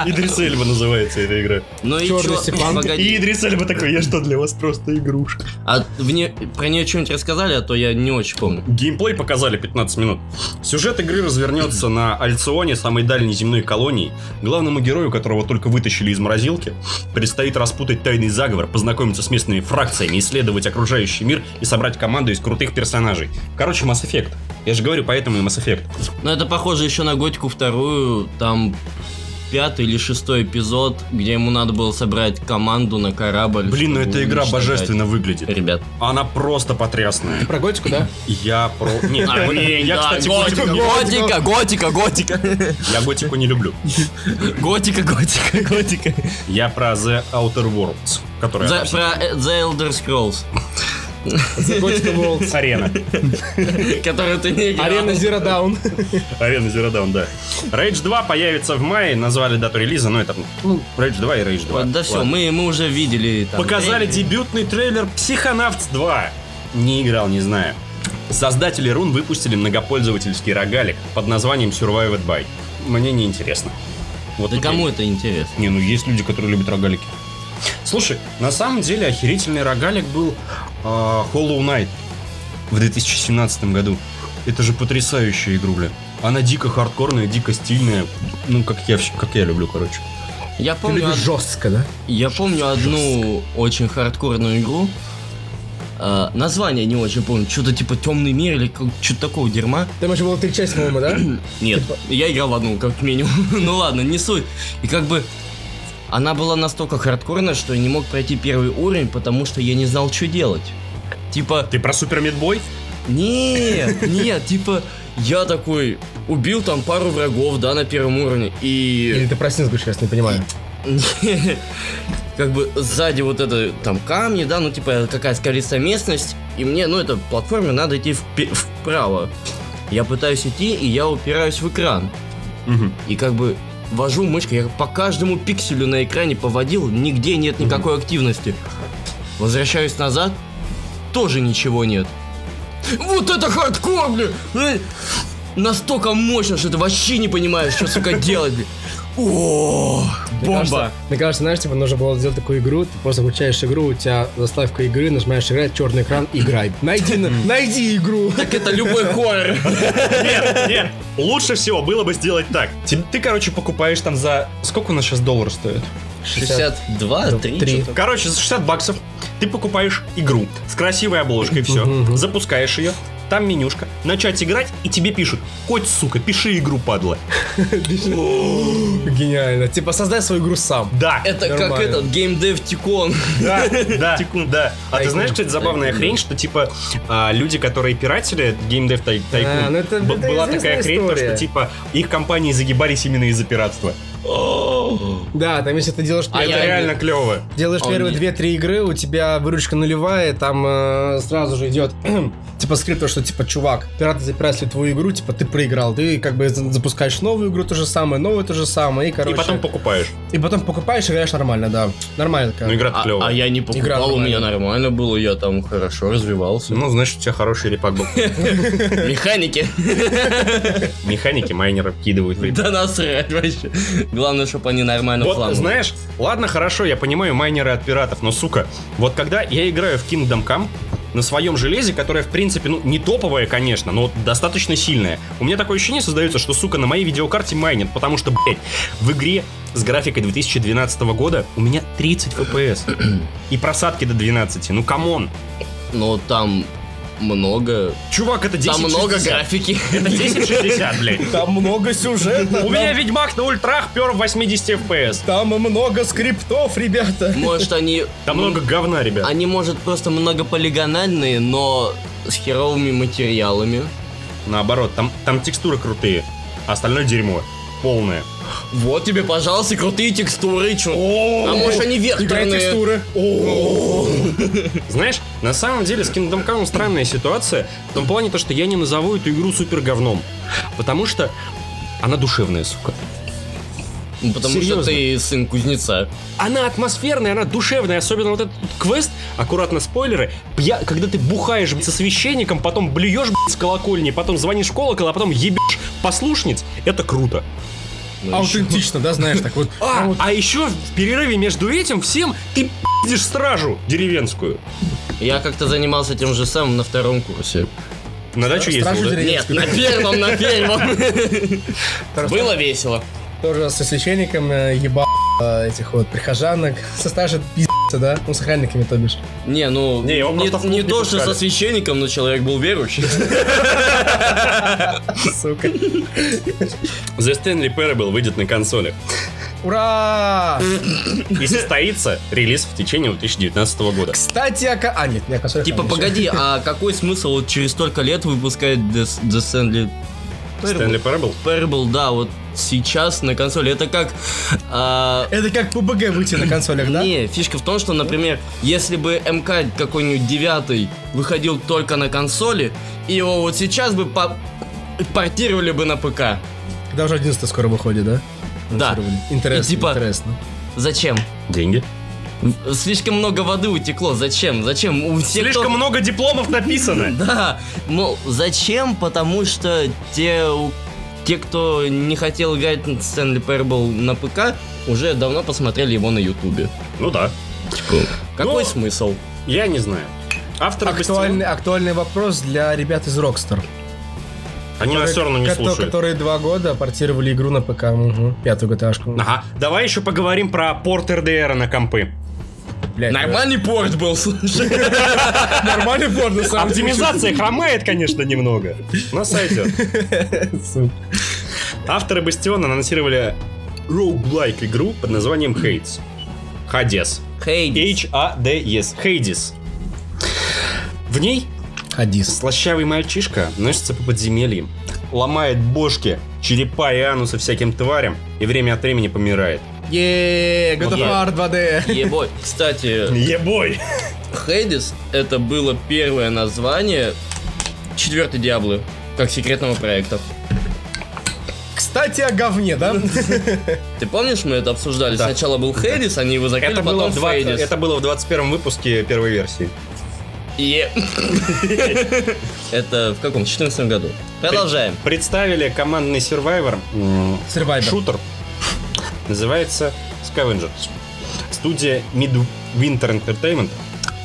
Идрис Эльба называется эта игра.
Ну и
Чёрный
чё?
Степан.
Погоди.
И Идрис Эльба такой, я что, для вас просто игрушка?
А вне- про нее что-нибудь рассказали, а то я не очень помню.
Геймплей показали 15 минут. Сюжет игры развернется на Альционе, самой дальней земной колонии, главному герою, которого только вытащили из морозилки, предстоит распутать тайный заговор, познакомиться с местными фракциями, исследовать окружающий мир и собрать команду из крутых персонажей. Короче, Mass Effect. Я же говорю, поэтому и Mass Effect.
Но это похоже еще на Готику вторую, там пятый или шестой эпизод, где ему надо было собрать команду на корабль.
Блин, ну
чтобы
эта игра
уничтожать.
божественно выглядит.
Ребят.
Она просто потрясная.
Про готику, да?
Я про... Нет,
А,
не,
блин,
я,
да,
кстати,
готика, готика,
готику-
готика, готика.
я готику не люблю.
Готика, готика, готика.
Я про The Outer Worlds, которая...
За- Про э, The Elder Scrolls, <laughs>
The Gothic Worlds.
<laughs> Арена.
которую ты не играл.
Арена Zero Down.
Арена Zero Dawn, да. Rage 2 появится в мае, назвали дату релиза, но это... Ну, Rage 2 и Rage 2.
Вот, Да все,
Ладно.
мы, мы уже видели. там
Показали
трейлер.
дебютный трейлер Психонавтс 2. Не играл, не знаю. Создатели Рун выпустили многопользовательский рогалик под названием Survived by. Мне не интересно. Вот
Да
тут я
кому это интересно?
Не, ну есть люди, которые любят рогалики. Слушай, на самом деле охерительный рогалик был а, Hollow Knight в 2017 году. Это же потрясающая игруля. Она дико хардкорная, дико стильная. Ну, как я, вс- как я люблю, короче.
Я
Ты
помню,
любишь
од-
жестко, да?
я помню одну очень хардкорную игру. Э, название не очень помню. Что-то типа темный мир или как- что-то такого дерьма.
Там еще было три части, по-моему, да?
Нет, я играл в одну, как минимум. <laughs> ну ладно, не суть. И как бы она была настолько хардкорная, что я не мог пройти первый уровень, потому что я не знал, что делать. Типа,
Ты про Супер Мидбой?
Нет, нет, типа, я такой убил там пару врагов, да, на первом уровне,
Или
и
ты про Синсгу сейчас не понимаю.
<laughs> как бы сзади вот это там камни, да, ну типа какая скалистая местность, и мне, ну это платформе надо идти впе- вправо. Я пытаюсь идти, и я упираюсь в экран. И как бы вожу мышкой, я по каждому пикселю на экране поводил, нигде нет никакой активности. Возвращаюсь назад, тоже ничего нет. Вот это хардкор, блин! Э, Настолько мощно, что ты вообще не понимаешь, что, сука, делать, блин. О,
Мне
бомба!
кажется- Мне кажется, знаешь, типа нужно было сделать такую игру, ты просто включаешь игру, у тебя заставка игры, нажимаешь играть, черный экран, играй. Найди, на- найди игру.
Так это любой хоррор.
Нет, нет. Лучше всего было бы сделать так. Ти- Ты, короче, покупаешь там за... Сколько у нас сейчас доллар стоит?
62, 3,
Три.
что-то.
Короче, за 60 баксов ты покупаешь игру с красивой обложкой, все.
Мгм.
Запускаешь ее, там менюшка, начать играть, и тебе пишут, хоть, сука, пиши игру, падла.
<laughs> Гениально. Типа создай свою игру сам.
Да,
Это как
Нормально.
этот геймдев Тикон.
<laughs>
да, да, да. А ты
Тайкун.
знаешь, кстати, забавная хрень, что, типа, а, люди, которые пиратели, геймдев тай-
А, ну
тайкун,
это-
б-
это
была
известная
такая хрень, то, что,
история.
типа, их компании загибались именно из-за пиратства.
Да, там если ты делаешь
А
первый-
я-
Это реально клево.
Делаешь
Он
первые
не-
две-три игры, у тебя выручка нулевая, там э, сразу же идет <clears throat> типа скрипт, то, что типа, чувак, пираты запирали твою игру, типа ты проиграл, ты как бы за- запускаешь новую игру, то же самое, новую то же самое, и
И
короче...
потом покупаешь.
и потом покупаешь и играешь нормально, да. Нормально. как.
Ну, игра
А, <laughs>
клевая.
а я не
Игра
покупал, у
нормальная.
меня нормально было, я там хорошо развивался.
Ну, значит, у тебя хороший репак
<laughs>
<laughs>
был.
Механики.
Механики майнеры вкидывают в
Да насрать вообще. Главное, чтобы они нормально
Вот,
фламывали.
знаешь, ладно, хорошо, я понимаю майнеры от пиратов, но, сука, вот когда я играю в Kingdom Come на своем железе, которое, в принципе, ну, не топовое, конечно, но вот достаточно сильное, у меня такое ощущение создается, что, сука, на моей видеокарте майнит, потому что, блядь, в игре с графикой 2012 года у меня 30 FPS. И просадки до 12, ну, камон.
Но там много...
Чувак, это 10
Там много <laughs> графики.
Это 1060, блядь.
Там много сюжета,
У меня Ведьмак на ультрах пер в 80 FPS.
там много скриптов, ребята.
Может, они...
Там много говна, ребят.
Они, может, просто многополигональные, но с херовыми материалами.
Наоборот, там, там текстуры крутые, а остальное дерьмо. Полное.
Вот тебе, пожалуйста, крутые текстуры, чё. А может, они
Игра
векторные?
текстуры.
Знаешь, на самом деле с Kingdom Come странная ситуация. В том плане то, что я не назову эту игру супер говном. Потому что она душевная, сука.
Ну, Потому
Серьезно.
что ты сын кузнеца.
Она атмосферная, она душевная, особенно вот этот квест, аккуратно спойлеры, пья- когда ты бухаешь блядь, со священником, потом блюешь блядь, с колокольни, потом звонишь в колокол, а потом ебешь послушниц, это круто.
А
Ну, ещё.
Аутентично, да, знаешь, так вот.
А, а еще в перерыве между этим всем ты пиздишь стражу деревенскую.
Я как-то занимался тем же самым на втором курсе.
На дачу
Стражу
ездил, да?
Нет,
деревенскую.
на первом, на первом. Было весело.
Тоже со священником э, ебал э, этих вот прихожанок. Со старшей пиздца, да? Ну, с охранниками, то бишь. <laughs>
Не, ну,
Не,
не,
его просто в клуб
не
не
то, что
пускали.
со священником, но человек был
<laughs>
верующий. Типа,
Сука.
The Stanley Parable выйдет на консолях.
Ура!
И состоится релиз в течение 2019 года.
Кстати, о... ко- А, нет, не о консолях,
Типа,
ладно,
погоди, а какой смысл вот через столько лет выпускать The S- The Stanley
Stanley Parable?
Parable, да, вот сейчас на консоли. Это как... а,
ещё. Это как PUBG выйти на консолях, да?
Не, фишка в том, что, например, если бы МК какой-нибудь девятый выходил только на консоли, и его вот сейчас бы по- портировали бы на ПК.
Когда уже 11 скоро выходит, да?
Да.
Интересно,
И типа-
интересно.
Зачем?
Деньги.
В- Слишком много воды утекло. Зачем? Зачем? У всех, кто-
Слишком много дипломов написано.
<laughs> Да, мол, зачем? Потому что те, у- те, кто не хотел играть на Стэнли Parable на ПК, уже давно посмотрели его на Ютубе.
Ну да.
Какой
Ну,
смысл?
Я не знаю. Автор
Актуальный, актуальный вопрос для ребят из Rockstar.
Они
Которые-
нас все равно не
кото-
слушают.
Которые два года портировали игру на ПК, мгм, пятую ГТАшку.
Ага, давай еще поговорим про порт РДР на компы.
Блядь,
Нормальный порт был, <laughs> слушай.
это Нормальный порт, на самом деле.
Оптимизация хромает, конечно, немного. Но сойдет.
Сука.
Авторы Бастиона анонсировали roguelike игру под названием Hades. Hades.
Хей.
H-A-D-E-S. Hades. E В ней
Хадис.
слащавый мальчишка носится по подземельям, ломает бошки, черепа и анусы всяким тварям и время от времени помирает.
Еее, God of
Е.
War 2D.
Ебой. Кстати,
Ебой!
Хейдис это было первое название четвертой Диаблы, как секретного проекта.
Кстати, о говне, да?
Ты помнишь, мы это обсуждали?
Да.
Сначала был Хейдис, они его закрыли,
Это было,
потом
в 20
Хейдис.
это было в 21 выпуске первой версии.
Е. <laughs> Это в каком? 14 году. Продолжаем.
Представили командный сервайвер,
Survivor.
шутер, называется Scavengers. Студия Midwinter Entertainment,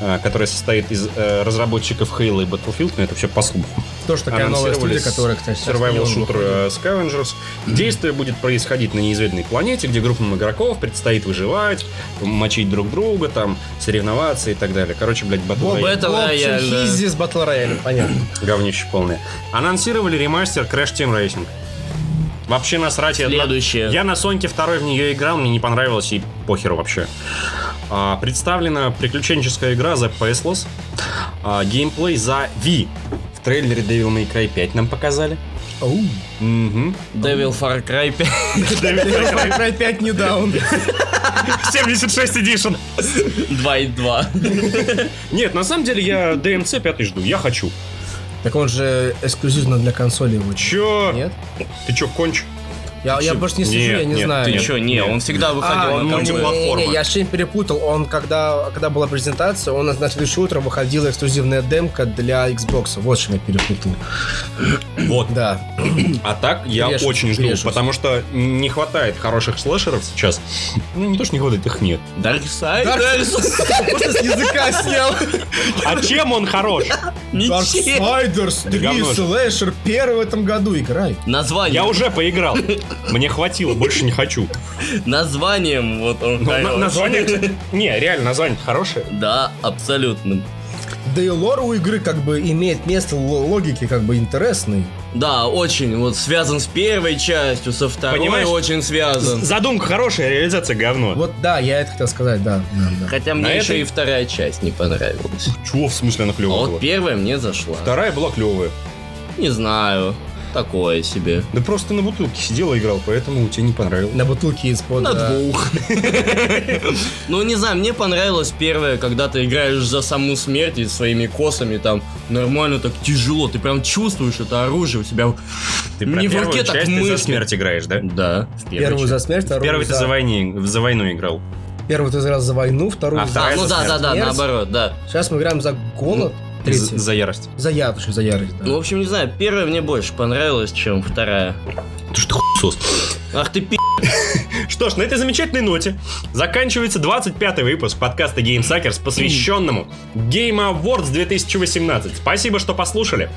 э, которая состоит из э, разработчиков Halo и Battlefield, но это все по слуху.
Тоже такая новая
Анонсировали
студия, которая, кстати, сейчас
survival
миллион
шутер
выходит.
э, Scavengers. Действие будет происходить на неизведанной планете, где группам игроков предстоит выживать, мочить друг друга, там, соревноваться и так далее. Короче, блядь, батл
Боб-
Battle
рояль.
Боб
Royale, да.
Чухизи с Battle Royale, понятно.
говнище полное. Анонсировали ремастер Crash Team Racing. Вообще насрать. я-
Следующее.
Я на Соньке второй в нее играл, мне не понравилось и похер вообще. А, представлена приключенческая игра The Paceless. А, геймплей за V. В трейлере Devil May Cry 5 нам показали.
Оу.
Мгм.
Devil Far Cry 5. <laughs>
Про 5 не даун.
76 Edition.
2 и 2.
Нет, на самом деле я DMC 5 жду, я хочу.
Так он же эксклюзивно для консоли его. ч-
Чё?
Нет?
Ты чё, конч?
Я, я
Чё?
просто не слежу,
Нет,
я не
нет,
знаю.
Ты
Нет,
чё, не,
нет.
он всегда выходил
А,
на
ну,
компы.
мультиплатформа.
не, не, я что-нибудь перепутал. Он, когда, когда была презентация, он на следующее утро выходила эксклюзивная демка для Xbox. Вот что я перепутал.
Вот.
Да.
А так я
Брешут,
очень жду,
брешут.
потому что не хватает хороших слэшеров сейчас. Ну, не то, что не хватает, их нет.
Dark Side?
Dark
Dark Side.
<laughs> Просто с языка снял.
А чем он хорош?
<laughs> Ничего.
Darksiders 3
Говно же.
Slasher первый в этом году. Играй.
Я
Название.
уже поиграл. Мне хватило, больше не хочу.
Названием вот
Ну,
он хорош.
Не, реально, название хорошее.
Да, абсолютно.
Да и лор у игры как бы имеет место л- логики, как бы интересный.
Да, очень. Вот связан с первой частью, со второй
Понимаешь?
очень связан.
Задумка хорошая, реализация говно.
Вот да, я это хотел сказать, да. да, да.
Хотя мне
На
еще
этой-
и вторая часть не понравилась.
Чего в смысле она
А
клевая
вот первая мне зашла.
Вторая была клевая.
Не знаю. Такое себе.
Да просто на бутылке сидел и играл, поэтому тебе не понравилось.
На бутылке из-под...
На
э,
двух. Ну, не знаю, мне понравилось первое, когда ты играешь за саму смерть и своими косами там нормально так тяжело. Ты прям чувствуешь это оружие у себя.
Ты
Мне в руке так мысли.
играешь, да?
Да. в первой
Первую за
части.
смерть, вторую
Первый ты за войне- за войну играл.
Первую ты раз за войну, вторую
А,
за...
А,
вторая
ну
за
да, да,
смерть.
да,
Смерть.
наоборот, да.
Сейчас мы играем за голод, третью.
За за ярость.
За ярость, за ярость, да.
Ну, в общем, не знаю, первая мне больше понравилась, чем вторая.
Ты что, хуесос?
Ах ты пи***.
Что ж, на этой замечательной ноте заканчивается 25-й выпуск подкаста Game Suckers, посвященному Game Awards 2018. Спасибо, что послушали.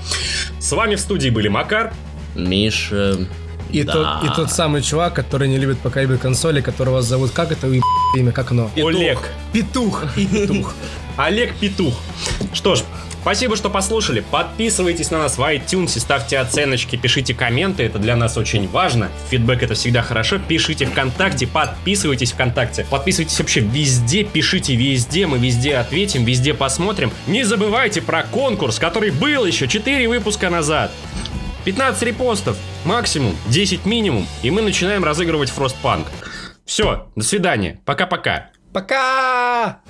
С вами в студии были Макар.
Миша.
и,
да.
тот, и тот самый чувак, который не любит пока любит консоли, которого зовут как это уеб- имя, как оно?
Олег. <laughs>
Петух и петух.
Олег Петух. Что ж, спасибо, что послушали. Подписывайтесь на нас в iTunes, ставьте оценочки, пишите комменты, это для нас очень важно. Фидбэк это всегда хорошо. Пишите ВКонтакте, подписывайтесь ВКонтакте. Подписывайтесь вообще везде, пишите везде, мы везде ответим, везде посмотрим. Не забывайте про конкурс, который был еще 4 выпуска назад. 15 репостов, максимум, 10 минимум, и мы начинаем разыгрывать Фростпанк. Все, до свидания, пока-пока.
Пока!